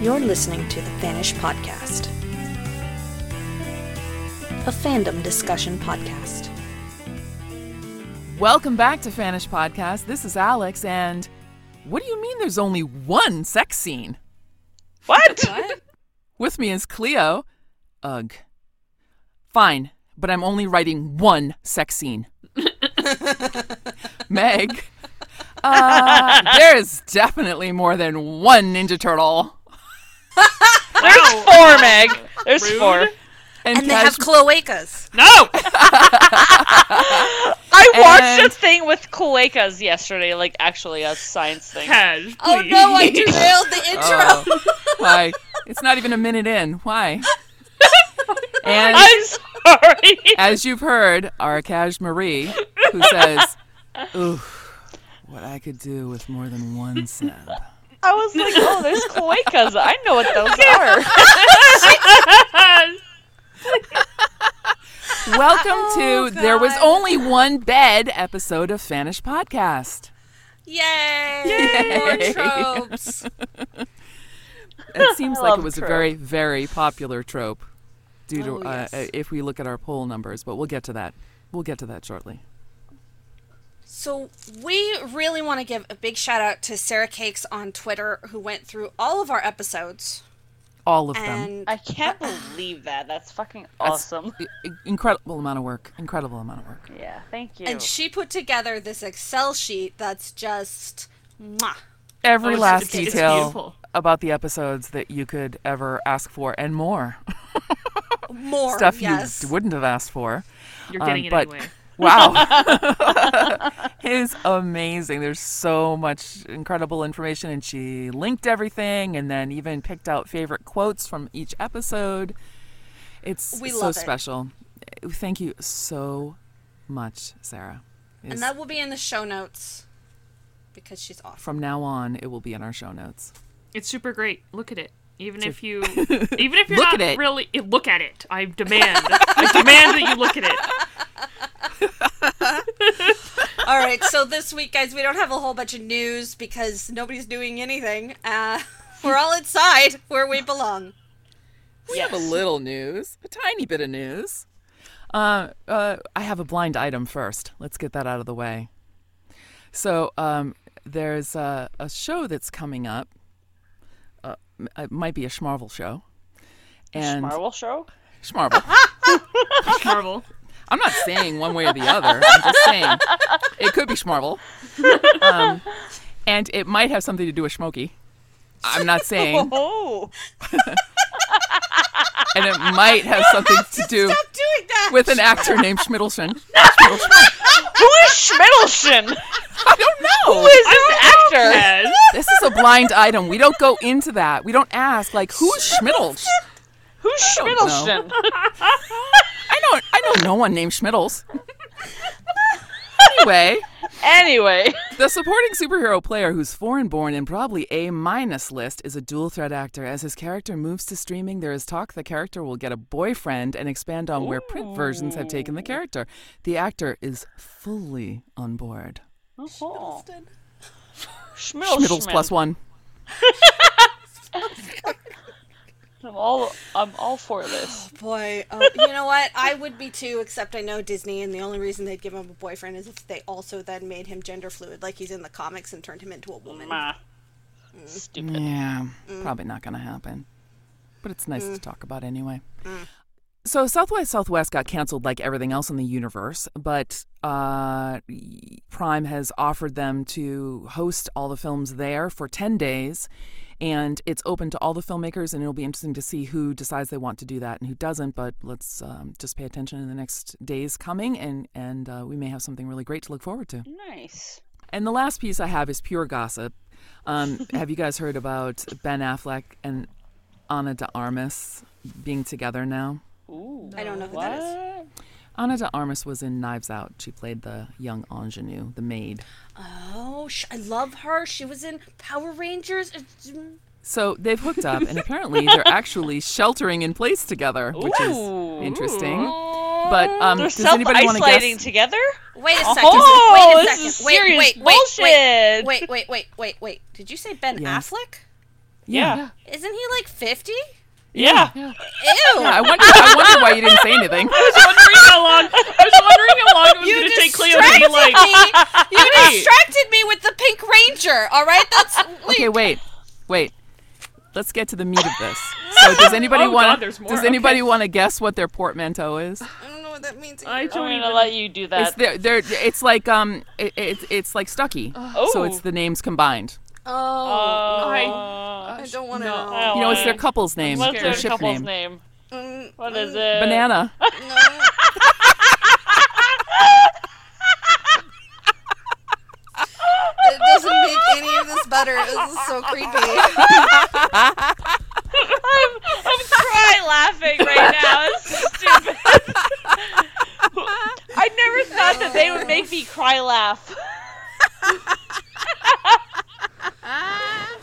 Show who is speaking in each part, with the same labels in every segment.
Speaker 1: You're listening to the Fanish Podcast, a fandom discussion podcast.
Speaker 2: Welcome back to Fanish Podcast. This is Alex, and what do you mean there's only one sex scene?
Speaker 3: What?
Speaker 2: With me is Cleo. Ugh. Fine, but I'm only writing one sex scene. Meg, uh, there is definitely more than one Ninja Turtle.
Speaker 3: There's four, Meg. There's four.
Speaker 1: And, they have
Speaker 2: Cash-
Speaker 1: cloacas.
Speaker 3: No.
Speaker 2: I
Speaker 3: I watched a thing with cloacas yesterday, like actually a science thing.
Speaker 4: Cash,
Speaker 1: Oh no, I
Speaker 4: please.
Speaker 1: derailed the
Speaker 3: Oh.
Speaker 1: intro.
Speaker 2: Why? It's not even a minute in. Why? And
Speaker 3: I'm sorry.
Speaker 2: as you've heard, our Cash Marie, who says, "Oof, what I could do with more than one sub."
Speaker 3: I was like, oh, there's cloacas. I know what those are.
Speaker 2: Welcome to There Was
Speaker 1: God.
Speaker 2: Only One Bed episode of Fanish Podcast.
Speaker 1: Yay!
Speaker 2: Yay.
Speaker 1: More tropes.
Speaker 2: It seems
Speaker 3: I
Speaker 2: like it
Speaker 3: love
Speaker 2: was a
Speaker 3: trope.
Speaker 2: very, very popular trope due to
Speaker 1: Oh,
Speaker 2: uh,
Speaker 1: yes.
Speaker 2: if we look at our poll numbers, but we'll get to that. We'll get to that shortly.
Speaker 1: So we really want to give a big shout out to Sarah Cakes on Twitter, who went through all of our episodes
Speaker 2: All of them.
Speaker 1: and
Speaker 3: I can't believe that. That's fucking
Speaker 2: That's
Speaker 3: awesome.
Speaker 2: i- Incredible amount of work. Incredible amount of work.
Speaker 3: Yeah, thank you.
Speaker 1: and she put together this Excel sheet that's just. Mwah.
Speaker 2: Every
Speaker 4: it's-
Speaker 2: last
Speaker 4: it's- it's
Speaker 2: detail
Speaker 4: beautiful.
Speaker 2: about the episodes that you could ever ask for and more.
Speaker 1: More
Speaker 2: Stuff
Speaker 1: yes.
Speaker 2: you wouldn't have asked for.
Speaker 4: You're getting
Speaker 2: Um,
Speaker 4: it
Speaker 2: but-
Speaker 4: anyway.
Speaker 2: Wow. it is amazing. There's so much incredible information, and she linked everything and then even picked out favorite quotes from each episode. It's
Speaker 1: We
Speaker 2: so
Speaker 1: love it.
Speaker 2: special. Thank you so much, Sarah. It's-
Speaker 1: And that will be in the show notes because she's awesome.
Speaker 2: from now on, it will be in our show notes.
Speaker 4: It's super great. Look at it. Even if you, even if you're
Speaker 2: Look
Speaker 4: not
Speaker 2: at it.
Speaker 4: really, eh, look at it. I demand. I demand that you look at it.
Speaker 1: All right, so this week, guys, we don't have a whole bunch of news because nobody's doing anything. Uh, we're all inside where we belong.
Speaker 3: yes.
Speaker 2: a little news, a tiny bit of news. Uh, uh, I have a blind item first. Let's get that out of the way. So um, there's a, a show that's coming up. Uh, m- it might be a Schmarvel show. And
Speaker 3: Marvel show?
Speaker 2: Schmarvel.
Speaker 4: Marvel.
Speaker 2: I'm not saying one way or the other. I'm just saying it could be Schmarvel. Um, and it might have something to do with Smokey. I'm not saying.
Speaker 3: Oh.
Speaker 2: And it might have something to do
Speaker 1: Stop doing that!
Speaker 2: with an actor named Schmiddelson.
Speaker 3: Who is Schmiddleston?
Speaker 2: I don't know.
Speaker 3: Who is this actor?
Speaker 4: Cash.
Speaker 2: This is a blind item. We don't go into that. We don't ask like who's Schmittles.
Speaker 3: Who's
Speaker 2: don't know.
Speaker 3: Schmiddleston?
Speaker 2: I don't. I know no one named Schmittles. anyway,
Speaker 3: Anyway.
Speaker 2: the supporting superhero player who's foreign-born and probably a minus list is a dual-threat actor. As his character moves to streaming, there is talk the character will get a boyfriend and expand on where print versions have taken the character. The actor is fully on board.
Speaker 3: Oh.
Speaker 2: Schmittles
Speaker 3: Schmiddleston.
Speaker 2: plus one.
Speaker 3: I'm all, I'm all for this.
Speaker 1: Boy, oh, you know what? I would be too, except I know Disney, and the only reason they'd give him a boyfriend is if they also then made him gender fluid, like he's in the comics, and turned him into a woman.
Speaker 3: Meh. Stupid.
Speaker 2: Yeah, probably not going to happen. But it's nice to talk about anyway. So Southwest Southwest got canceled like everything else in the universe, but uh, Prime has offered them to host all the films there for 10 days. And it's open to all the filmmakers, and it'll be interesting to see who decides they want to do that and who doesn't. But let's um, just pay attention in the next days coming, and, and uh, we may have something really great to look forward to.
Speaker 3: Nice.
Speaker 2: And the last piece I have is pure gossip. Um, have you guys heard about Ben Affleck and Anna de Armas being together now?
Speaker 3: Ooh.
Speaker 1: I don't know who that is.
Speaker 2: Anna de Armas was in Knives Out. She played the young ingenue, the maid.
Speaker 1: Oh, sh- I love her. She was in Power Rangers. It's- mm,
Speaker 2: So they've hooked up, and apparently they're actually sheltering in place together, which
Speaker 3: Ooh.
Speaker 2: is interesting. But um,
Speaker 3: They're
Speaker 2: does
Speaker 3: self
Speaker 2: anybody want to
Speaker 3: isolating
Speaker 2: guess?
Speaker 3: together?
Speaker 1: Wait a second.
Speaker 3: Oh,
Speaker 1: wait a
Speaker 3: this
Speaker 1: second.
Speaker 3: is
Speaker 1: wait,
Speaker 3: serious
Speaker 1: wait, wait,
Speaker 3: bullshit.
Speaker 1: wait, wait, wait, wait, wait, wait. Did you say Ben
Speaker 2: Yes.
Speaker 1: Affleck?
Speaker 3: Yeah.
Speaker 1: Isn't he like 50? Ew.
Speaker 3: Yeah.
Speaker 2: I wonder. I wonder why you didn't say anything.
Speaker 4: I was wondering how long. I was wondering how long it was
Speaker 1: You
Speaker 4: going to take Cleo to
Speaker 1: distracted
Speaker 4: be like.
Speaker 1: me. You distracted me with the Pink Ranger. All right, that's
Speaker 2: Okay, wait, wait. Let's get to the meat of this. So, does anybody
Speaker 4: Oh,
Speaker 2: want?
Speaker 4: God, there's more.
Speaker 2: Does anybody
Speaker 4: Okay. Uh,
Speaker 2: want to guess what their portmanteau is?
Speaker 1: I don't know what that means.
Speaker 4: I
Speaker 1: either.
Speaker 4: don't
Speaker 3: I'm
Speaker 4: even.
Speaker 3: gonna let you do
Speaker 2: It's
Speaker 3: that.
Speaker 2: they're, they're, it's like um, it, it's it's like Stucky. So
Speaker 4: Oh.
Speaker 2: it's the names combined.
Speaker 1: oh,
Speaker 4: I,
Speaker 3: Uh,
Speaker 1: I don't want to
Speaker 4: no.
Speaker 1: know.
Speaker 2: You know, it's their
Speaker 4: Oh.
Speaker 3: Why?
Speaker 2: couple's name,
Speaker 3: what's
Speaker 2: their
Speaker 3: their
Speaker 2: ship
Speaker 3: couple's
Speaker 2: name.
Speaker 3: name?
Speaker 1: Mm,
Speaker 3: What is it?
Speaker 2: Banana.
Speaker 1: no. It doesn't make any of this better. This is so creepy.
Speaker 3: I'm, I'm cry laughing right now. It's so stupid. I never thought that they would make me cry laugh.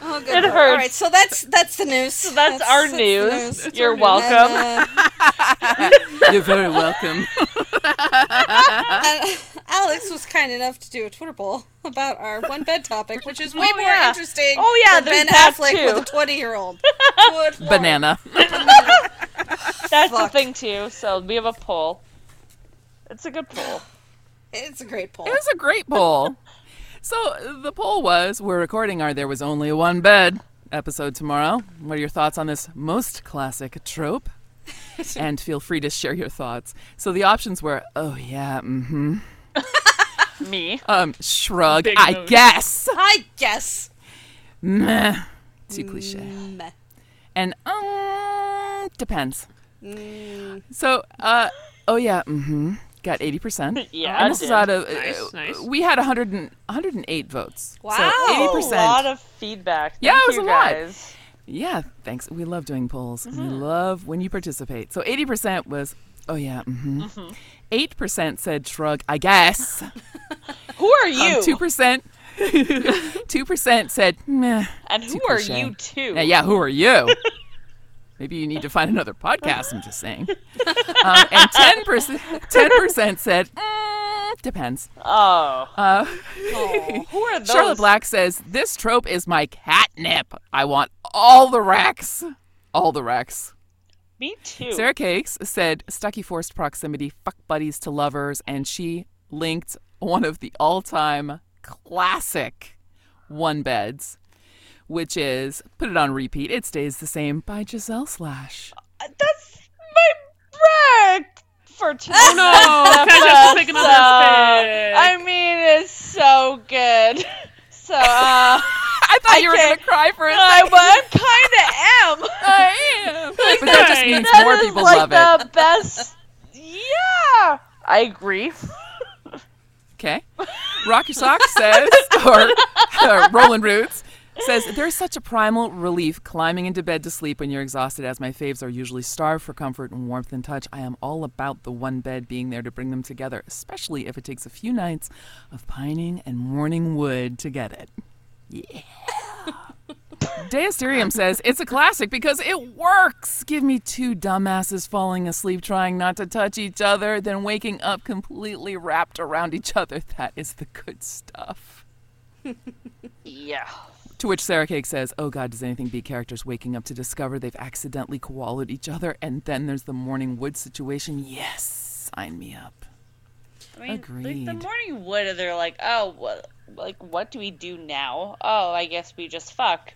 Speaker 1: Oh, good.
Speaker 3: It
Speaker 1: lord.
Speaker 3: hurts.
Speaker 1: All right, so that's that's the news.
Speaker 3: That's, our
Speaker 1: the
Speaker 3: news. You're
Speaker 1: And,
Speaker 3: welcome.
Speaker 1: uh,
Speaker 2: You're very welcome.
Speaker 1: Uh, Alex was kind enough to do a Twitter poll about our one bed topic, which is way
Speaker 3: Oh,
Speaker 1: more
Speaker 3: yeah.
Speaker 1: interesting.
Speaker 3: Oh, yeah,
Speaker 1: than
Speaker 3: there's
Speaker 1: Ben
Speaker 3: that,
Speaker 1: Affleck
Speaker 3: too.
Speaker 1: with a twenty-year-old.
Speaker 2: Banana.
Speaker 3: That's
Speaker 1: Fuck.
Speaker 3: the thing too. So we have a poll. It's a good poll.
Speaker 1: It's a great poll.
Speaker 2: It was a great poll. So the poll was: We're recording our "There Was Only One Bed" episode tomorrow. What are your thoughts on this most classic trope? and feel free to share your thoughts. So the options were: Oh yeah, mm-hmm.
Speaker 3: Me.
Speaker 2: Um, shrug.
Speaker 4: Big
Speaker 2: I
Speaker 4: mood.
Speaker 2: guess.
Speaker 1: I guess.
Speaker 2: Meh. Too cliche.
Speaker 1: Meh.
Speaker 2: And um, depends. So, uh, oh yeah, mm-hmm. Got 80%.
Speaker 3: Yeah,
Speaker 2: And
Speaker 3: I
Speaker 2: this is
Speaker 3: did.
Speaker 2: out of, uh,
Speaker 4: Nice, nice.
Speaker 2: we had 100 and, 108 votes.
Speaker 1: Wow.
Speaker 2: So 80%.
Speaker 3: A lot of feedback.
Speaker 2: Yeah,
Speaker 3: Thank
Speaker 2: it was
Speaker 3: you
Speaker 2: a lot.
Speaker 3: guys.
Speaker 2: yeah, thanks. We love doing polls. We
Speaker 3: Mm-hmm.
Speaker 2: love when you participate. So 80% was, oh yeah, mm-hmm. 8% said shrug, I guess.
Speaker 3: Who are
Speaker 2: Um,
Speaker 3: you?
Speaker 2: 2%. 2% said, meh.
Speaker 3: and who
Speaker 2: too
Speaker 3: are
Speaker 2: cliche.
Speaker 3: you too?
Speaker 2: Yeah, yeah, who are you? Maybe you need to find another podcast. I'm just saying. Um, and ten percent, ten percent said "Mm, depends.
Speaker 3: Oh.
Speaker 2: Uh,
Speaker 3: Oh, Who are those?
Speaker 2: Charlotte Black says this trope is my catnip. I want all the racks, all the racks.
Speaker 3: Me too.
Speaker 2: Sarah Cakes said Stucky forced proximity, fuck buddies to lovers, and she linked one of the all-time classic one beds, which is put it on repeat. It stays the same by Giselle Slash.
Speaker 3: Uh, That's my break for tonight.
Speaker 2: Oh,
Speaker 4: no, Kat has to take another pick.
Speaker 3: I mean, it's so good. So, uh,
Speaker 2: I thought
Speaker 3: I
Speaker 2: you were
Speaker 3: can't-
Speaker 2: gonna cry for a
Speaker 3: I,
Speaker 2: second.
Speaker 3: well, I kind of am.
Speaker 2: I am. But that just
Speaker 4: Nice.
Speaker 2: means
Speaker 3: That
Speaker 2: more
Speaker 3: is
Speaker 2: people
Speaker 3: like
Speaker 2: love it.
Speaker 3: the best. Yeah, I agree.
Speaker 2: Okay. Rock Your Sock says, or uh, Roland Roots says, there's such a primal relief climbing into bed to sleep when you're exhausted, as my faves are usually starved for comfort and warmth and touch. I am all about the one bed being there to bring them together, especially if it takes a few nights of pining and morning wood to get it. Deasterium says it's a classic because it works. Give me two dumbasses falling asleep trying not to touch each other, then waking up completely wrapped around each other. That is the good stuff.
Speaker 3: Yeah.
Speaker 2: To which Sarah Cake says, Oh God, does anything beat characters waking up to discover they've accidentally koalaed each other? And then there's the morning wood situation. Yes, sign me up.
Speaker 3: I mean, like the
Speaker 2: Agreed.
Speaker 3: morning wood, they're like, oh, what, like, what do we do now? Oh, I guess we just fuck.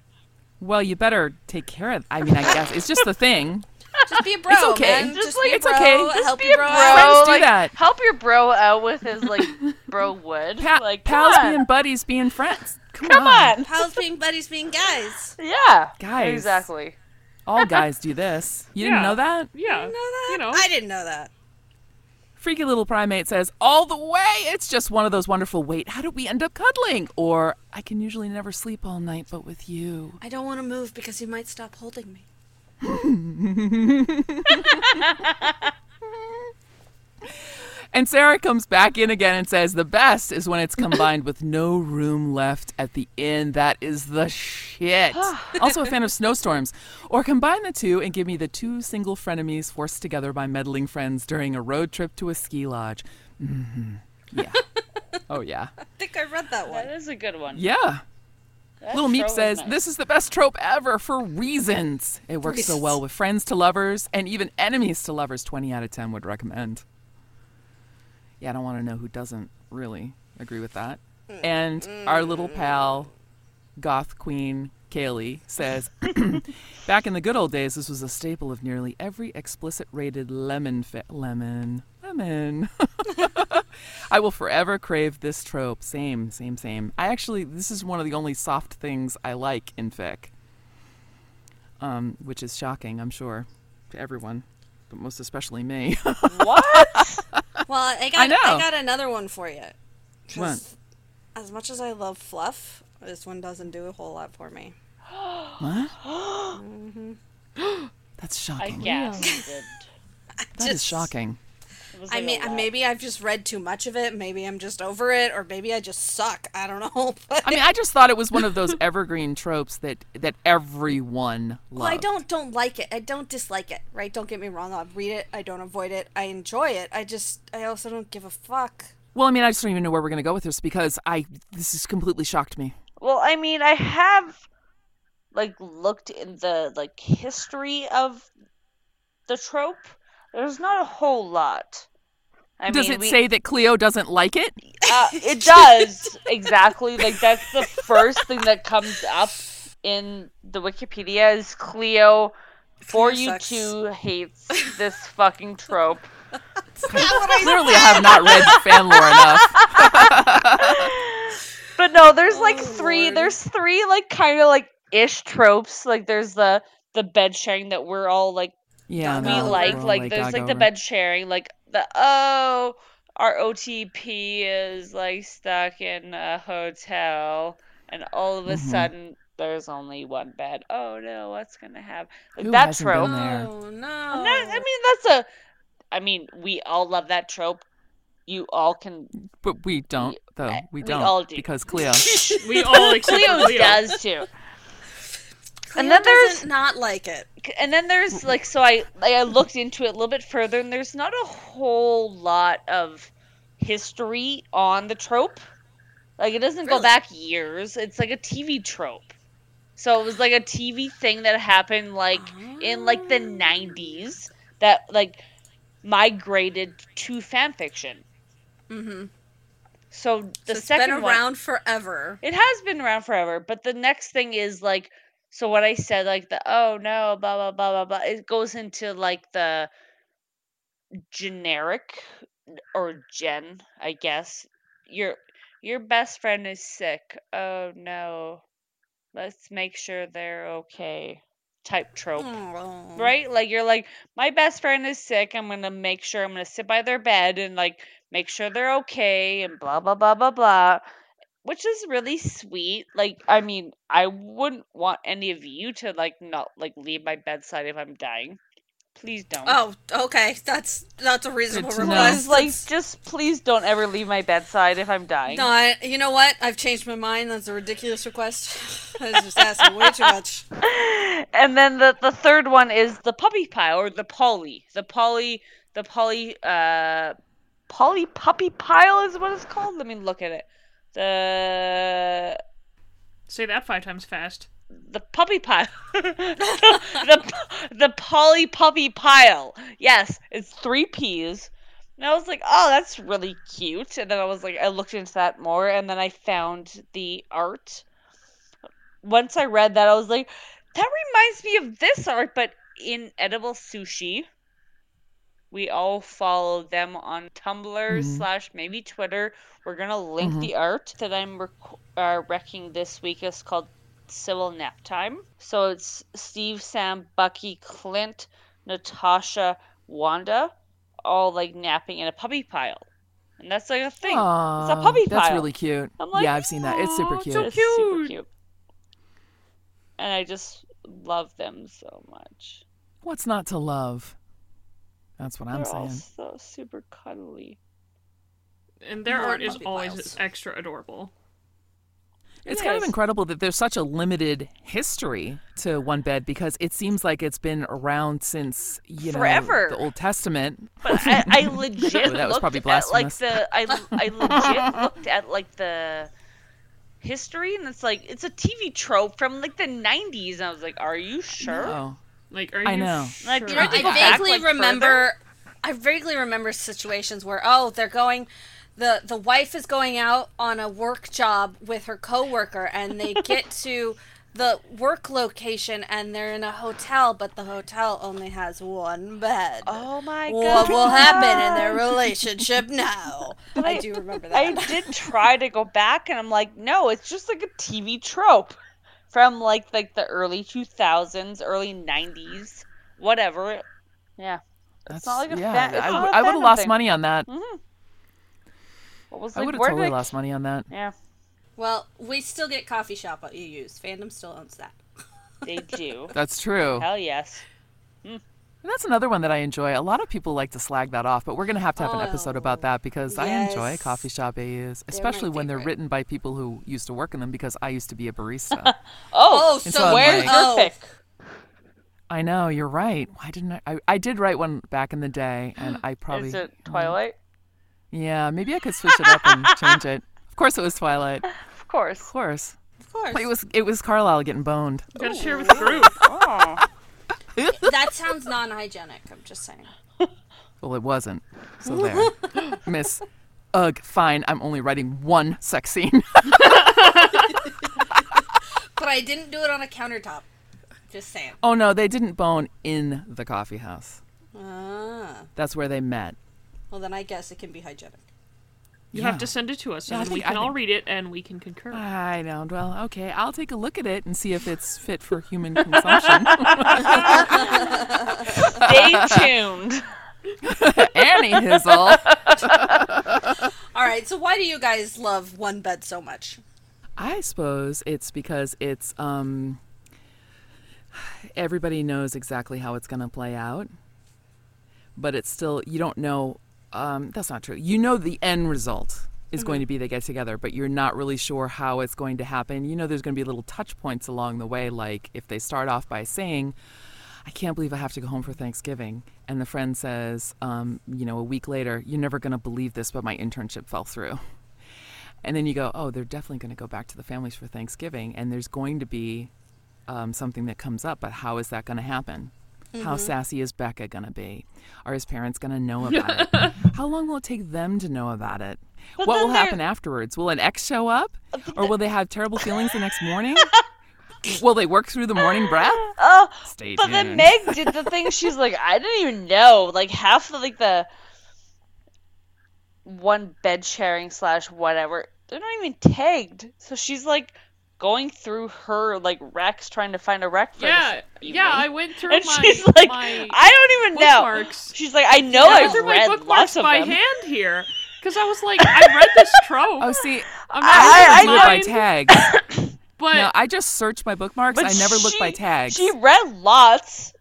Speaker 2: Well, you better take care of I mean, I guess it's just the thing.
Speaker 1: Just be a bro,
Speaker 2: It's okay.
Speaker 1: man.
Speaker 2: Just
Speaker 1: Just,
Speaker 2: like-
Speaker 1: be a
Speaker 2: it's
Speaker 1: bro.
Speaker 2: okay. Just
Speaker 1: help
Speaker 3: be
Speaker 1: your
Speaker 3: a
Speaker 1: bro.
Speaker 3: bro.
Speaker 1: out.
Speaker 2: Friends do
Speaker 3: like,
Speaker 2: that.
Speaker 3: Help your bro out with his like bro wood.
Speaker 2: Pa-
Speaker 3: like
Speaker 2: pals
Speaker 3: come on.
Speaker 2: being buddies, being friends. Come,
Speaker 3: Come on.
Speaker 1: Pals being buddies being guys.
Speaker 3: Yeah.
Speaker 2: Guys.
Speaker 3: Exactly.
Speaker 2: All guys do this. You didn't
Speaker 4: Yeah.
Speaker 2: know that?
Speaker 4: yeah.
Speaker 1: Know that?
Speaker 4: You know.
Speaker 1: I didn't know that.
Speaker 2: Freaky Little Primate says, All the way! It's just one of those wonderful, wait, how did we end up cuddling? Or, I can usually never sleep all night but with you.
Speaker 1: I don't want to move because you might stop holding me.
Speaker 2: And Sarah comes back in again and says, The best is when it's combined with no room left at the end. That is the shit. also a fan of snowstorms. Or combine the two and give me the two single frenemies forced together by meddling friends during a road trip to a ski lodge. hmm Yeah. oh, yeah.
Speaker 1: I think I read that
Speaker 3: That
Speaker 1: one.
Speaker 3: is a good one.
Speaker 2: Yeah.
Speaker 3: That
Speaker 2: Little Meep
Speaker 3: trope is
Speaker 2: says,
Speaker 3: nice.
Speaker 2: This is the best trope ever for reasons. It works so well with friends to lovers and even enemies to lovers. 20 out of 10 would recommend. Yeah, I don't want to know who doesn't really agree with that. And our little pal, Goth Queen Kaylee, says, Back in the good old days, this was a staple of nearly every explicit rated lemon fi- lemon lemon. I will forever crave this trope. Same, same, same. I actually this is one of the only soft things I like in fic. Um, which is shocking, I'm sure, to everyone, but most especially me.
Speaker 3: What?
Speaker 1: Well, I got
Speaker 2: I
Speaker 1: I,
Speaker 2: know.
Speaker 1: got another one for you. 'Cause
Speaker 2: What?
Speaker 1: As much as I love fluff, this one doesn't do a whole lot for me.
Speaker 2: what? That's
Speaker 3: I
Speaker 2: shocking.
Speaker 3: guess. It,
Speaker 2: That is
Speaker 1: Just-
Speaker 2: shocking.
Speaker 3: it was
Speaker 1: I
Speaker 3: like a
Speaker 1: mean, uh,
Speaker 3: lot.
Speaker 1: maybe I've just read too much of it. Maybe I'm just over it, or maybe I just suck. I don't know. But
Speaker 2: I mean, I just thought it was one of those evergreen tropes that that everyone loves.
Speaker 1: Well, I don't don't like it. I don't dislike it. Right? Don't get me wrong. I read it. I don't avoid it. I enjoy it. I just I also don't give a fuck.
Speaker 2: Well, I mean, I just don't even know where we're going to go with this because I this has completely shocked me.
Speaker 3: Well, I mean, I have like looked in the like history of the trope. There's not a whole lot. I
Speaker 2: Does
Speaker 3: mean,
Speaker 2: it
Speaker 3: we-
Speaker 2: say that Cleo doesn't like it?
Speaker 3: Uh, it does exactly. Like that's the first thing that comes up in the Wikipedia is Cleo. For
Speaker 1: Cleo
Speaker 3: you
Speaker 1: sucks.
Speaker 3: two hates this fucking trope.
Speaker 2: Clearly, I have not read fan lore enough.
Speaker 3: But no, there's like
Speaker 1: Oh,
Speaker 3: three.
Speaker 1: Lord.
Speaker 3: There's three like kind of like ish tropes. Like there's the the bed sharing that we're all like
Speaker 2: Yeah,
Speaker 3: we
Speaker 1: no, we're
Speaker 3: like
Speaker 2: all
Speaker 3: like there's
Speaker 2: gog
Speaker 3: like the
Speaker 2: over.
Speaker 3: bed sharing like the oh our OTP is like stuck in a hotel and all of a
Speaker 2: Mhm.
Speaker 3: sudden there's only one bed. Oh no, what's gonna happen? Like
Speaker 2: Who
Speaker 3: that
Speaker 2: hasn't been
Speaker 3: trope.
Speaker 2: there?
Speaker 1: Oh no!
Speaker 3: I'm not- I mean that's a I mean we all love that trope. You all can
Speaker 2: But we don't, though. We
Speaker 3: we
Speaker 2: don't
Speaker 3: all do.
Speaker 2: because Cleo.
Speaker 4: We all except for
Speaker 3: Cleo
Speaker 4: Cleo.
Speaker 3: does too.
Speaker 1: and
Speaker 3: And
Speaker 1: then
Speaker 3: then there's-
Speaker 1: doesn't not like it.
Speaker 3: and then there's like so I like, I looked into it a little bit further and there's not a whole lot of history on the trope. Like it doesn't
Speaker 1: Really?
Speaker 3: go back years. It's like a TV trope. So it was like a TV thing that happened like in like the 90s that like migrated to fan fiction.
Speaker 1: Mm-hmm.
Speaker 3: So the
Speaker 1: it's been
Speaker 3: second
Speaker 1: around
Speaker 3: one
Speaker 1: forever.
Speaker 3: It has been around forever, but the next thing is like so what I said like the oh no blah blah blah blah blah it goes into like the generic or gen, I guess. Your your best friend is sick. Oh no. Let's make sure they're okay. Type trope
Speaker 1: Oh.
Speaker 3: right? Like you're like, my best friend is sick. I'm gonna make sure I'm gonna sit by their bed and like make sure they're okay and blah blah blah blah blah. Which is really sweet. Like, I mean, I wouldn't want any of you to like not like leave my bedside if I'm dying. Please don't.
Speaker 1: Oh, okay. That's that's a reasonable
Speaker 2: to know.
Speaker 1: request.
Speaker 3: Please, like,
Speaker 1: That's
Speaker 3: just please don't ever leave my bedside if I'm dying.
Speaker 1: No, I, you know what? I've changed my mind. That's a ridiculous request. I was just asking way too much.
Speaker 3: and then the the third one is the puppy pie or the polly the polly the polly uh polly puppy pile is what it's called let me look at it the
Speaker 4: Say that five times fast.
Speaker 3: the puppy pile the the polly puppy pile yes it's three p's and i was like oh that's really cute and then i was like i looked into that more and then i found the art once i read that i was like that reminds me of this art but in edible sushi we all follow them on tumblr
Speaker 2: Mhm.
Speaker 3: slash maybe twitter we're gonna link
Speaker 2: Mhm.
Speaker 3: the art that i'm rec- uh, wrecking this week is called Civil Nap Time. So it's Steve, Sam, Bucky, Clint, Natasha, Wanda, all like napping in a puppy pile. And that's like a thing. it's
Speaker 2: Aw,
Speaker 3: a puppy
Speaker 2: That's
Speaker 3: pile.
Speaker 2: really cute.
Speaker 3: I'm like,
Speaker 2: yeah, I've seen that. It's super
Speaker 4: "Aw,
Speaker 2: cute.
Speaker 4: so
Speaker 3: It's super
Speaker 4: cute.
Speaker 3: cute. And I just love them so much.
Speaker 2: What's not to love? That's what I'm
Speaker 3: They're all
Speaker 2: saying.
Speaker 3: so super cuddly.
Speaker 4: And their
Speaker 1: More
Speaker 4: art is
Speaker 1: puppy
Speaker 4: always
Speaker 1: piles.
Speaker 4: extra adorable.
Speaker 2: It's kind of
Speaker 3: Yes.
Speaker 2: incredible that there's such a limited history to one bed because it seems like it's been around since you know
Speaker 3: Forever.
Speaker 2: the Old Testament.
Speaker 3: But I, I legit
Speaker 2: That was
Speaker 3: looked
Speaker 2: probably
Speaker 3: at like
Speaker 2: blasphemous.
Speaker 3: the I I legit looked at like the history, and it's like it's a TV trope from like the '90s. And I was like, "Are you sure?"
Speaker 2: Oh.
Speaker 4: Like, are you
Speaker 2: I know.
Speaker 4: Sure?
Speaker 3: Like,
Speaker 1: You know,
Speaker 3: Tried to
Speaker 1: I
Speaker 3: go back,
Speaker 1: vaguely
Speaker 3: like,
Speaker 1: remember. I vaguely remember situations where oh, they're going. the The wife is going out on a work job with her coworker, and they get to the work location, and they're in a hotel, but the hotel only has one bed.
Speaker 3: Oh my god!
Speaker 1: what will happen in their relationship now? I,
Speaker 3: I-
Speaker 1: do remember that.
Speaker 3: I did try to go back, and I'm like, no, it's just like a TV trope from like like the early 2000s, early 90s, whatever. Yeah.
Speaker 2: That's,
Speaker 3: not like a
Speaker 2: yeah,
Speaker 3: fa- it's
Speaker 2: I,
Speaker 3: not a
Speaker 2: would
Speaker 3: fandom
Speaker 2: have lost
Speaker 3: thing.
Speaker 2: money on that.
Speaker 3: What was
Speaker 2: I
Speaker 3: like?
Speaker 2: would have
Speaker 3: where
Speaker 2: totally
Speaker 3: did I-
Speaker 2: lost money on that.
Speaker 3: Yeah,
Speaker 1: well, we still get coffee shop you use. Fandom still owns that.
Speaker 3: they do.
Speaker 2: That's true.
Speaker 3: Hell yes.
Speaker 2: And that's another one that I enjoy. A lot of people like to slag that off, but we're going to have to have an episode
Speaker 1: Oh,
Speaker 2: about that because I enjoy
Speaker 1: yes.
Speaker 2: coffee shop AUs, especially when they're
Speaker 1: favorite.
Speaker 2: written by people who used to work in them because I used to be a barista.
Speaker 3: Oh,
Speaker 1: Oh,
Speaker 2: It's
Speaker 1: so
Speaker 2: on
Speaker 3: where's
Speaker 2: my-
Speaker 3: your
Speaker 1: oh,
Speaker 3: pick?
Speaker 2: I know, you're right. Why didn't I, I? I did write one back in the day, and I probably.
Speaker 3: Is it Twilight?
Speaker 2: Yeah, maybe I could switch it up and change it. Of course, it was Twilight. Of
Speaker 3: Of course.
Speaker 2: course.
Speaker 1: Of course.
Speaker 2: It was it was Carlisle getting boned.
Speaker 4: Gotta share with the group.
Speaker 3: Oh.
Speaker 1: that sounds non-hygienic. I'm just saying.
Speaker 2: Well, it wasn't. So there, Miss. Ugh. Fine. I'm only writing one sex scene.
Speaker 1: But I didn't do it on a countertop. Just saying.
Speaker 2: oh no, they didn't bone in the coffee house.
Speaker 1: Ah,
Speaker 2: That's where they met.
Speaker 1: well then I guess it can be hygienic.
Speaker 4: You
Speaker 2: Yeah.
Speaker 4: have to send it to us,
Speaker 2: Yeah, I
Speaker 4: and then we
Speaker 2: think- I
Speaker 4: can all
Speaker 2: think- Uh,
Speaker 4: read it, and we can concur.
Speaker 2: I don't. Well, okay. I'll take a look at it and see if it's fit for human consumption.
Speaker 3: Stay tuned.
Speaker 2: Annie Hizzle.
Speaker 1: All right. So why do you guys love one bed so much?
Speaker 2: I suppose it's because it's um everybody knows exactly how it's going to play out. But it's still you don't know um that's not true. You know the end result is going to be they get together, but you're not really sure how it's going to happen. You know there's going to be little touch points along the way like if they start off by saying I can't believe I have to go home for Thanksgiving. And the friend says, um, you know, a week later, you're never going to believe this, but my internship fell through. And then you go, oh, they're definitely going to go back to the families for Thanksgiving, and there's going to be um, something that comes up, but how is that going to happen?
Speaker 3: Mm-hmm.
Speaker 2: How sassy is Becca going to be? Are his parents going to know about it? how long will it take them to know about it?
Speaker 3: But
Speaker 2: what will
Speaker 3: then there-
Speaker 2: happen afterwards? Will an ex show up? Or will they have terrible feelings the next morning? will they work through the morning breath?
Speaker 3: Oh,
Speaker 2: Stay
Speaker 3: but then Meg did the thing. She's like, I didn't even know. Like half of like the one bed sharing slash whatever. They're not even tagged. So she's like going through her like racks trying to find a rack for
Speaker 4: Yeah,
Speaker 3: this evening.
Speaker 4: yeah. I went through
Speaker 3: and
Speaker 4: my
Speaker 3: she's like,
Speaker 4: my
Speaker 3: I don't even know.
Speaker 4: bookmarks.
Speaker 3: She's like, I know
Speaker 4: I went
Speaker 3: I've
Speaker 4: through my
Speaker 3: read
Speaker 4: bookmarks
Speaker 3: lots of
Speaker 4: by
Speaker 3: them.
Speaker 4: hand here because I was like, I read this trope.
Speaker 2: Oh, see,
Speaker 4: I'm
Speaker 2: I
Speaker 3: I-
Speaker 4: not
Speaker 2: always look by
Speaker 4: I, I,
Speaker 2: tags.
Speaker 4: but
Speaker 2: No, I just search my bookmarks. I never look by
Speaker 3: she-
Speaker 2: tags.
Speaker 3: She read lots.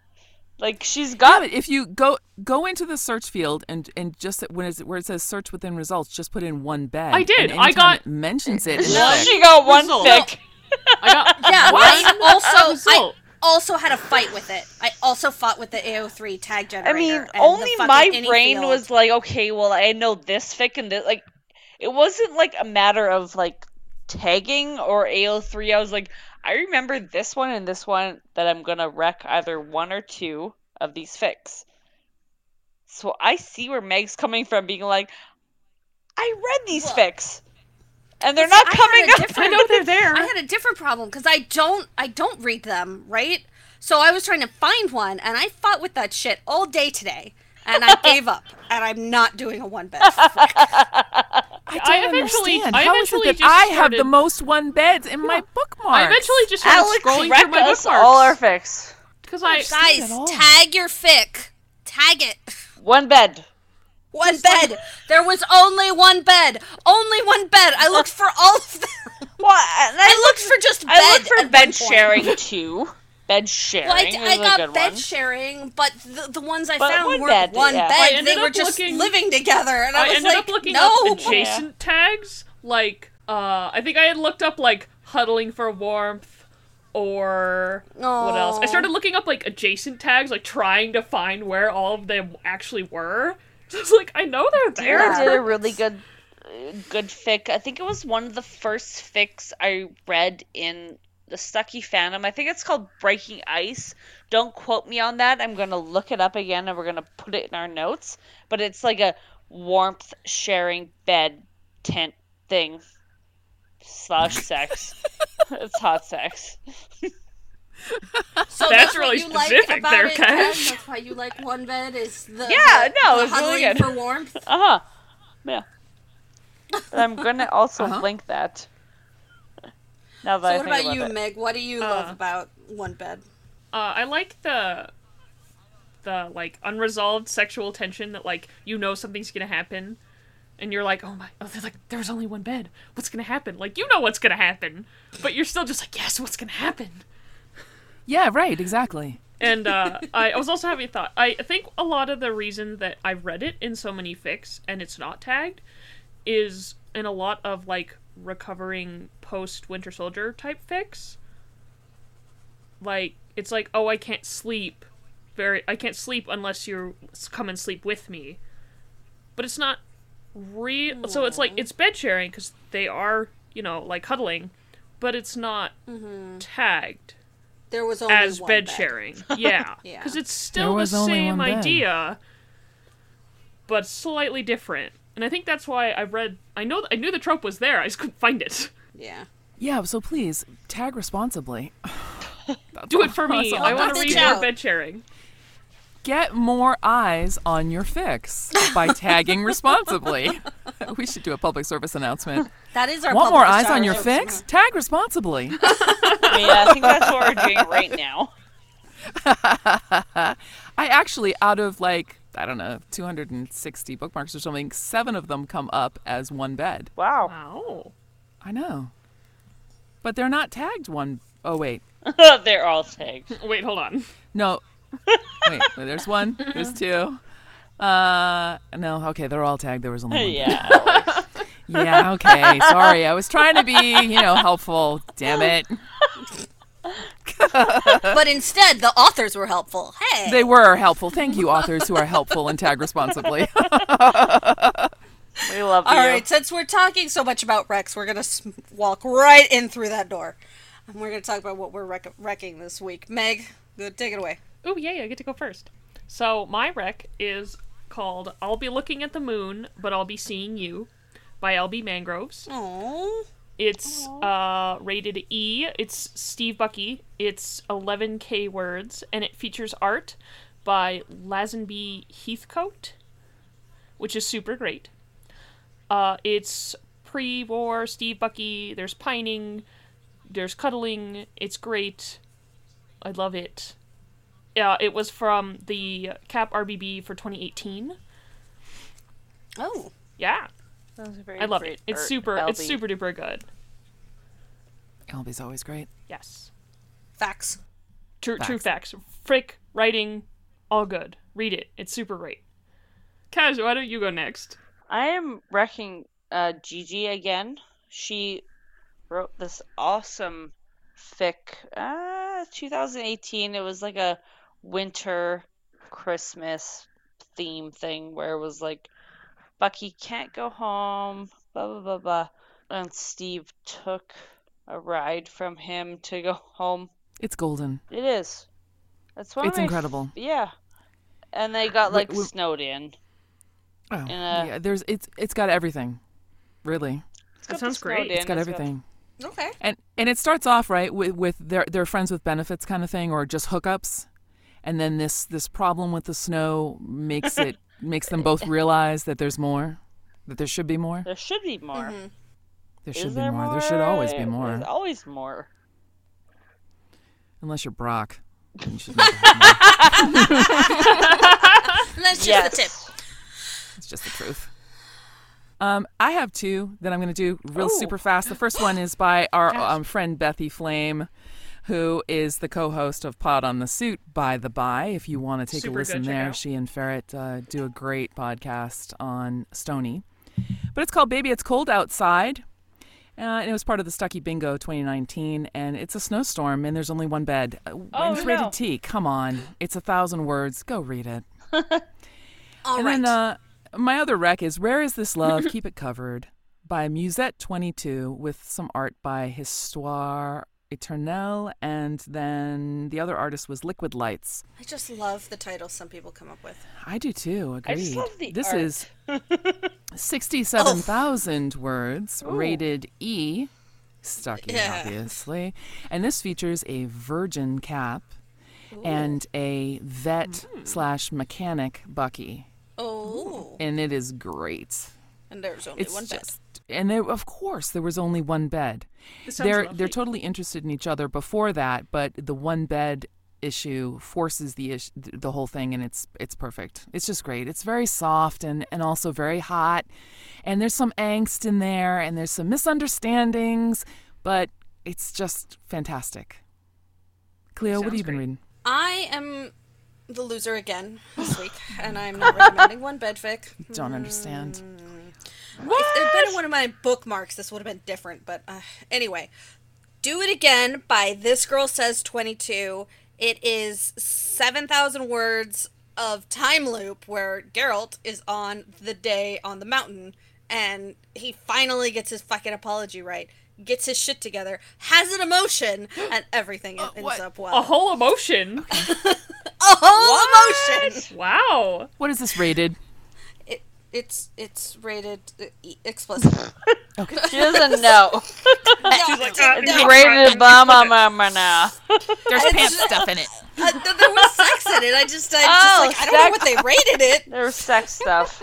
Speaker 3: Like she's
Speaker 2: Yeah,
Speaker 4: Ah!
Speaker 3: got
Speaker 2: but if you go go into the search field and and just when it's, where it says search within results, just put in one bed.
Speaker 4: I did.
Speaker 2: and
Speaker 4: I
Speaker 2: anytime
Speaker 4: got-
Speaker 2: it mentions it. in
Speaker 1: No.
Speaker 2: the
Speaker 3: she got one
Speaker 4: Result.
Speaker 3: pick.
Speaker 4: I got
Speaker 1: Yeah. I
Speaker 4: one
Speaker 1: also I
Speaker 4: result.
Speaker 1: also had a fight with it. I also fought with the AO3 tag
Speaker 3: I
Speaker 1: generator.
Speaker 3: mean,
Speaker 1: and the
Speaker 3: only
Speaker 1: fucking
Speaker 3: my
Speaker 1: any
Speaker 3: brain
Speaker 1: field.
Speaker 3: was like, okay, well, I know this fic and this. Like, it wasn't like a matter of like tagging or AO3. I was like, I remember this one and this one that I'm gonna wreck either one or two of these fics. So I see where Meg's coming from, being like, I read these
Speaker 1: Well-
Speaker 3: fics, and they're not
Speaker 1: I had
Speaker 3: coming
Speaker 1: a
Speaker 3: up.
Speaker 1: different-
Speaker 4: I know they're there.
Speaker 1: I had a different problem because I don't I don't read them right. So I was trying to find one, and I fought with that shit all day today, and I gave up, and I'm not doing a one bed.
Speaker 2: I
Speaker 4: I
Speaker 2: don't
Speaker 4: eventually-
Speaker 2: understand.
Speaker 4: I
Speaker 2: How is
Speaker 4: eventually
Speaker 2: it that
Speaker 4: just
Speaker 2: I have
Speaker 4: started-
Speaker 2: the most one beds in my bookmarks?
Speaker 4: I eventually just started
Speaker 3: Alex
Speaker 4: scrolling through
Speaker 3: wrecked
Speaker 4: my
Speaker 3: us all our fics.
Speaker 4: bookmarks because I
Speaker 2: at
Speaker 1: Guys,
Speaker 2: all.
Speaker 1: tag your fic. Tag it.
Speaker 3: One bed.
Speaker 1: One bed. there was only one bed. Only one bed. I looked for all of them.
Speaker 3: Well, and
Speaker 1: I looked for just bed.
Speaker 3: I looked
Speaker 1: at
Speaker 3: for
Speaker 1: one
Speaker 3: bed
Speaker 1: point.
Speaker 3: sharing too. Bed sharing
Speaker 1: Well, I,
Speaker 3: is
Speaker 1: I
Speaker 3: a
Speaker 1: got
Speaker 3: good
Speaker 1: bed
Speaker 3: one.
Speaker 1: sharing, but the, the ones I
Speaker 3: But
Speaker 1: found
Speaker 3: one
Speaker 1: weren't
Speaker 3: bed,
Speaker 1: one
Speaker 3: yeah.
Speaker 1: bed.
Speaker 4: I ended
Speaker 1: they were
Speaker 4: up
Speaker 1: just
Speaker 4: looking-
Speaker 1: living together, and I,
Speaker 4: I
Speaker 1: was
Speaker 4: ended
Speaker 1: like,
Speaker 4: up looking
Speaker 1: no.
Speaker 4: up adjacent tags, like uh, I think I had looked up like huddling for warmth or what else.
Speaker 1: Aw.
Speaker 4: I started looking up like adjacent tags, like trying to find where all of them actually were. So I was like, I know they're
Speaker 3: Aaron
Speaker 4: there.
Speaker 1: Yeah.
Speaker 3: did a really good uh, good fic. I think it was one of the first fics I read in the Stucky fandom. I think it's called Breaking Ice. Don't quote me on that. I'm gonna look it up again and we're gonna put it in our notes. But it's like a warmth sharing bed tent thing slash sex. it's hot sex.
Speaker 1: So
Speaker 4: That's
Speaker 1: what
Speaker 4: really
Speaker 1: you like
Speaker 4: specific
Speaker 1: about
Speaker 4: there,
Speaker 1: it,
Speaker 4: Kat.
Speaker 1: Ken? That's why you like one bed is the
Speaker 3: Yeah,
Speaker 1: the-
Speaker 3: no,
Speaker 1: the
Speaker 3: it's really
Speaker 1: huddling
Speaker 3: good.
Speaker 1: for warmth.
Speaker 3: Uh huh. Yeah. But I'm gonna also
Speaker 2: Uh-huh.
Speaker 3: link that. Now that
Speaker 1: So
Speaker 3: I
Speaker 1: what
Speaker 3: think
Speaker 1: about you,
Speaker 3: it.
Speaker 1: Meg? What do you love
Speaker 4: Uh.
Speaker 1: about one bed?
Speaker 4: Uh, I like the the like unresolved sexual tension that like you know something's gonna happen, and you're like, oh my, oh they're like there's only one bed. What's gonna happen? Like you know what's gonna happen, but you're still just like yes, what's gonna happen?
Speaker 2: Yeah, right, exactly.
Speaker 4: And uh, I, I was also having a thought. I think a lot of the reason that I read it in so many fics and it's not tagged is in a lot of like recovering post Winter Soldier type fics. Like it's like oh I can't sleep, very I can't sleep unless you s- come and sleep with me. But it's not real. So it's like it's bed sharing because they are you know like huddling, but it's not tagged
Speaker 1: There was only
Speaker 4: as
Speaker 1: one
Speaker 4: bed sharing. Yeah.
Speaker 1: Yeah.
Speaker 4: Because it's
Speaker 2: There
Speaker 4: still the
Speaker 2: was only
Speaker 4: same
Speaker 2: one bed.
Speaker 4: idea, but slightly different. And I think that's why I read. I know. I knew the trope was there. I just couldn't find it.
Speaker 1: Yeah.
Speaker 2: Yeah, so please tag responsibly.
Speaker 4: Do it for me.
Speaker 2: That's all
Speaker 4: I
Speaker 2: I'm
Speaker 4: want to
Speaker 1: asking.
Speaker 4: read
Speaker 1: Bitch
Speaker 4: more
Speaker 1: out.
Speaker 4: bed sharing.
Speaker 2: Get more eyes on your fix by tagging responsibly. we should do a public service announcement.
Speaker 1: That is our
Speaker 2: Want more
Speaker 1: public
Speaker 2: eyes on
Speaker 1: shower
Speaker 2: your
Speaker 1: jokes.
Speaker 2: fix? Tag responsibly.
Speaker 3: Yeah, I think that's what we're doing right now.
Speaker 2: I actually, out of like, I don't know, 260 bookmarks or something, seven of them come up as one bed.
Speaker 3: Wow.
Speaker 4: Wow.
Speaker 2: I know. But they're not tagged one oh wait.
Speaker 3: They're all tagged.
Speaker 4: Wait, hold on.
Speaker 2: No. Wait, there's one. There's two. Uh, no, okay, they're all tagged. There was only one.
Speaker 3: Yeah.
Speaker 2: Yeah, okay. Sorry. I was trying to be, you know, helpful. Damn it.
Speaker 1: But instead, the authors were helpful. Hey.
Speaker 2: They were helpful. Thank you, authors who are helpful and tag responsibly.
Speaker 3: we love
Speaker 1: All
Speaker 3: you.
Speaker 1: right, since we're talking so much about Rex, we're going to walk right in through that door. And we're going to talk about what we're wreck- wrecking this week. Meg, go- take it away.
Speaker 4: Oh yay! I get to go first. So my rec is called "I'll be looking at the moon, but I'll be seeing you," by LB Mangroves.
Speaker 1: Oh,
Speaker 4: It's uh, rated E. It's Steve Bucky. It's 11k words, and it features art by Lazenby Heathcote, which is super great. Uh, it's pre-war Steve Bucky. There's pining. There's cuddling. It's great. I love it. Yeah, it was from the Cap RBB for 2018.
Speaker 1: Oh.
Speaker 4: Yeah, I love it. It's
Speaker 3: Art,
Speaker 4: super. It's
Speaker 3: LB.
Speaker 4: super duper good.
Speaker 2: Elby's always great.
Speaker 4: Yes.
Speaker 1: Facts.
Speaker 4: True, true facts. Frick, writing, all good. Read it. It's super great. Kaz, why don't you go next?
Speaker 3: I am wrecking uh, Gigi again. She wrote this awesome fic. Uh, 2018. It was like a winter Christmas theme thing where it was like Bucky can't go home, blah blah blah blah, and Steve took a ride from him to go home.
Speaker 2: It's golden.
Speaker 3: It is. That's one of
Speaker 2: It's
Speaker 3: my f-
Speaker 2: incredible.
Speaker 3: yeah. And they got
Speaker 2: Wait,
Speaker 3: like
Speaker 2: wait.
Speaker 3: snowed in.
Speaker 2: Oh,
Speaker 3: Yeah.
Speaker 2: yeah. There's it's it's got everything, really.
Speaker 3: It's
Speaker 4: That
Speaker 3: got the
Speaker 4: sounds great.
Speaker 3: snowed
Speaker 4: It's
Speaker 2: It's
Speaker 3: in,
Speaker 2: got everything.
Speaker 1: Okay.
Speaker 2: And and it starts off right with with their their friends with benefits kind of thing, or just hookups, and then this this problem with the snow makes it makes them both realize that there's more, that there should be more.
Speaker 3: There should be more.
Speaker 2: There
Speaker 3: Is
Speaker 2: should be
Speaker 3: there
Speaker 2: more. There should always be
Speaker 3: There's
Speaker 2: more,
Speaker 3: always more.
Speaker 2: unless you're Brock. then you should never have more.
Speaker 1: And that's just
Speaker 3: yes.
Speaker 1: the tip.
Speaker 2: It's just the truth. Um, I have two that I'm going to do real
Speaker 3: Oh.
Speaker 2: super fast. The first one is by our um, friend Bethy Flame, who is the co-host of Pod on the Suit. By the by, if you want to take
Speaker 4: Super
Speaker 2: a
Speaker 4: good,
Speaker 2: listen
Speaker 4: check
Speaker 2: there,
Speaker 4: out.
Speaker 2: she and Ferret uh, do a great podcast on Stony. But it's called "Baby, It's Cold Outside." Uh, and it was part of the Stucky Bingo 2019, and it's a snowstorm, and there's only one bed. Uh, and it's
Speaker 3: no.
Speaker 2: rated T. Come on, it's a thousand words. Go read it.
Speaker 1: All
Speaker 2: And uh,
Speaker 1: right.
Speaker 2: then uh, my other rec is Where is this love? Keep it covered. by Musette22 with some art by Histoire Eternelle, and then the other artist was Liquid Lights.
Speaker 1: I just love the titles some people come up with.
Speaker 2: I do too. Agreed.
Speaker 3: I just love the
Speaker 2: this
Speaker 3: art.
Speaker 2: is 67,000 words, rated E, Stucky,
Speaker 1: Yeah.
Speaker 2: obviously. And this features a virgin cap and a vet
Speaker 3: Mm-hmm.
Speaker 2: slash mechanic Bucky.
Speaker 1: Oh,
Speaker 2: And it is great.
Speaker 1: and there's only
Speaker 2: It's
Speaker 1: one bed.
Speaker 2: just, and there, of course, there was only one bed.
Speaker 4: This sounds
Speaker 2: They're
Speaker 4: lovely.
Speaker 2: they're totally interested in each other before that, but the one bed issue forces the ish, th- the whole thing, and it's it's perfect. It's just great. It's very soft and and also very hot, and there's some angst in there, and there's some misunderstandings, but it's just fantastic. Cleo, what have
Speaker 4: Sounds
Speaker 2: you been
Speaker 4: great.
Speaker 2: reading?
Speaker 1: I am the loser again this week, and I'm not recommending one bedfic.
Speaker 2: Don't understand.
Speaker 1: If there had been one of my bookmarks, this would have been different. But uh, anyway, Do It Again by This Girl Says 22. It is 7,000 words of time loop where Geralt is on the day on the mountain and he finally gets his fucking apology right, gets his shit together, has an emotion, and everything ends up well.
Speaker 4: a whole emotion.
Speaker 1: A whole emotion!
Speaker 4: Wow.
Speaker 2: What is this rated?
Speaker 1: It, it's it's rated uh, e- explicit.
Speaker 3: She doesn't know.
Speaker 1: No,
Speaker 4: "Uh,
Speaker 1: no.
Speaker 4: no."
Speaker 3: Rated mama mama now.
Speaker 2: There's
Speaker 1: It's-
Speaker 2: pants stuff in it.
Speaker 1: Uh, th- there was sex in it. I just, I
Speaker 3: Oh,
Speaker 1: just like, I don't know
Speaker 3: sex.
Speaker 1: what they rated it.
Speaker 3: There was sex stuff.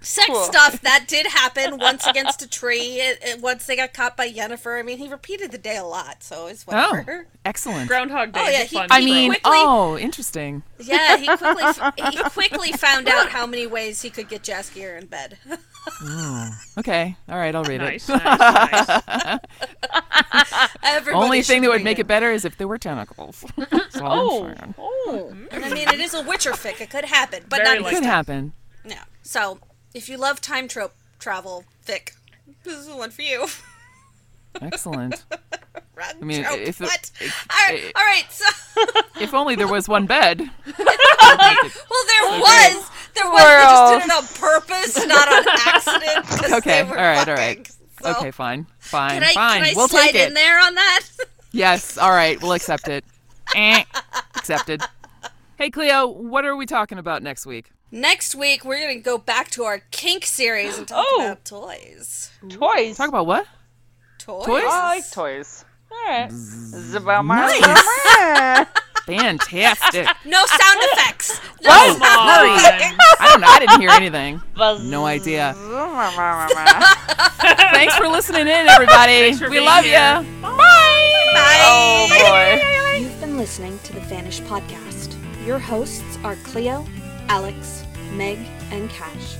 Speaker 1: Sex
Speaker 3: Cool.
Speaker 1: stuff that did happen once against a tree. It, it- once they got caught by Yennefer. I mean, he repeated the day a lot, so it's
Speaker 2: Oh,
Speaker 1: whatever.
Speaker 2: excellent.
Speaker 4: Groundhog Day.
Speaker 1: Oh, yeah,
Speaker 4: is a
Speaker 1: he-
Speaker 4: fun
Speaker 2: I
Speaker 1: he
Speaker 4: show.
Speaker 2: mean,
Speaker 1: quickly-
Speaker 2: oh, interesting.
Speaker 1: Yeah, he quickly f- he quickly found out how many ways he could get Jaskier in bed.
Speaker 2: Okay, all right, I'll rate it.
Speaker 4: nice, nice, nice.
Speaker 1: Everybody
Speaker 2: Only thing
Speaker 1: should
Speaker 2: that would
Speaker 1: read
Speaker 2: make it better is if there were tentacles. That's all
Speaker 3: Oh,
Speaker 2: I'm saying.
Speaker 3: oh.
Speaker 1: I mean, it is a Witcher fic. It could happen, but
Speaker 4: Very
Speaker 1: not
Speaker 4: likely.
Speaker 2: could
Speaker 4: Like-
Speaker 2: happen.
Speaker 1: no. So, if you love time trope travel fic, this is the one for you.
Speaker 2: Excellent.
Speaker 1: Wrong
Speaker 2: I mean,
Speaker 1: trope.
Speaker 2: if it-
Speaker 1: what?
Speaker 2: it-
Speaker 1: all, right,
Speaker 2: it-
Speaker 1: all right, so.
Speaker 2: If only there was one bed. I'd make it-
Speaker 1: Well, there was. There was. They just did it on purpose, not on accident. 'cause
Speaker 2: Okay,
Speaker 1: They were
Speaker 2: all right, all
Speaker 1: fucking.
Speaker 2: right.
Speaker 1: So,
Speaker 2: okay, fine, fine,
Speaker 1: Can I,
Speaker 2: fine.
Speaker 1: can I
Speaker 2: we'll
Speaker 1: slide
Speaker 2: take it.
Speaker 1: in there on that?
Speaker 2: Yes, all right, we'll accept it. Eh, Accepted. Hey, Cleo, what are we talking about next week?
Speaker 1: Next week, we're going to go back to our kink series and talk
Speaker 3: Oh.
Speaker 1: about toys.
Speaker 3: Toys.
Speaker 2: Talk about what?
Speaker 1: Toys?
Speaker 2: Toys?
Speaker 3: I like toys. All right.
Speaker 2: Nice. Fantastic.
Speaker 1: No sound effects. No
Speaker 2: Whoa!
Speaker 1: sound
Speaker 4: Come on.
Speaker 2: I don't know. I didn't hear anything.
Speaker 3: Buzz.
Speaker 2: No idea.
Speaker 3: Bye.
Speaker 2: Thanks for listening in, everybody.
Speaker 4: for
Speaker 2: We
Speaker 4: being
Speaker 2: love
Speaker 4: here.
Speaker 2: ya.
Speaker 3: Oh boy.
Speaker 5: You've been listening to the Vanish Podcast. Your hosts are Cleo, Alex, Meg, and Cash.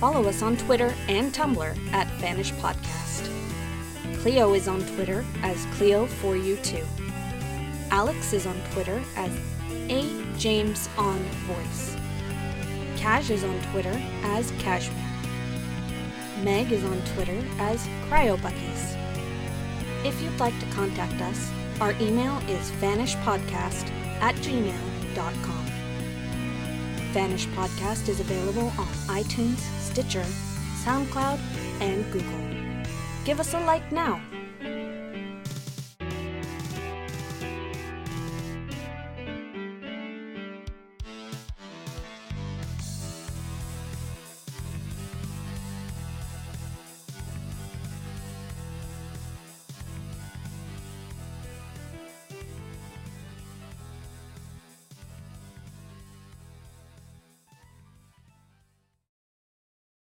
Speaker 5: Follow us on Twitter and Tumblr at Vanish Podcast. Cleo is on Twitter as Cleo4U2. Alex is on Twitter as A James on Voice. Cash is on Twitter as Cashman. Meg is on Twitter as CryoBuckies. If you'd like to contact us, our email is vanishpodcast at gmail.com. Vanish Podcast is available on iTunes, Stitcher, SoundCloud, and Google. Give us a like now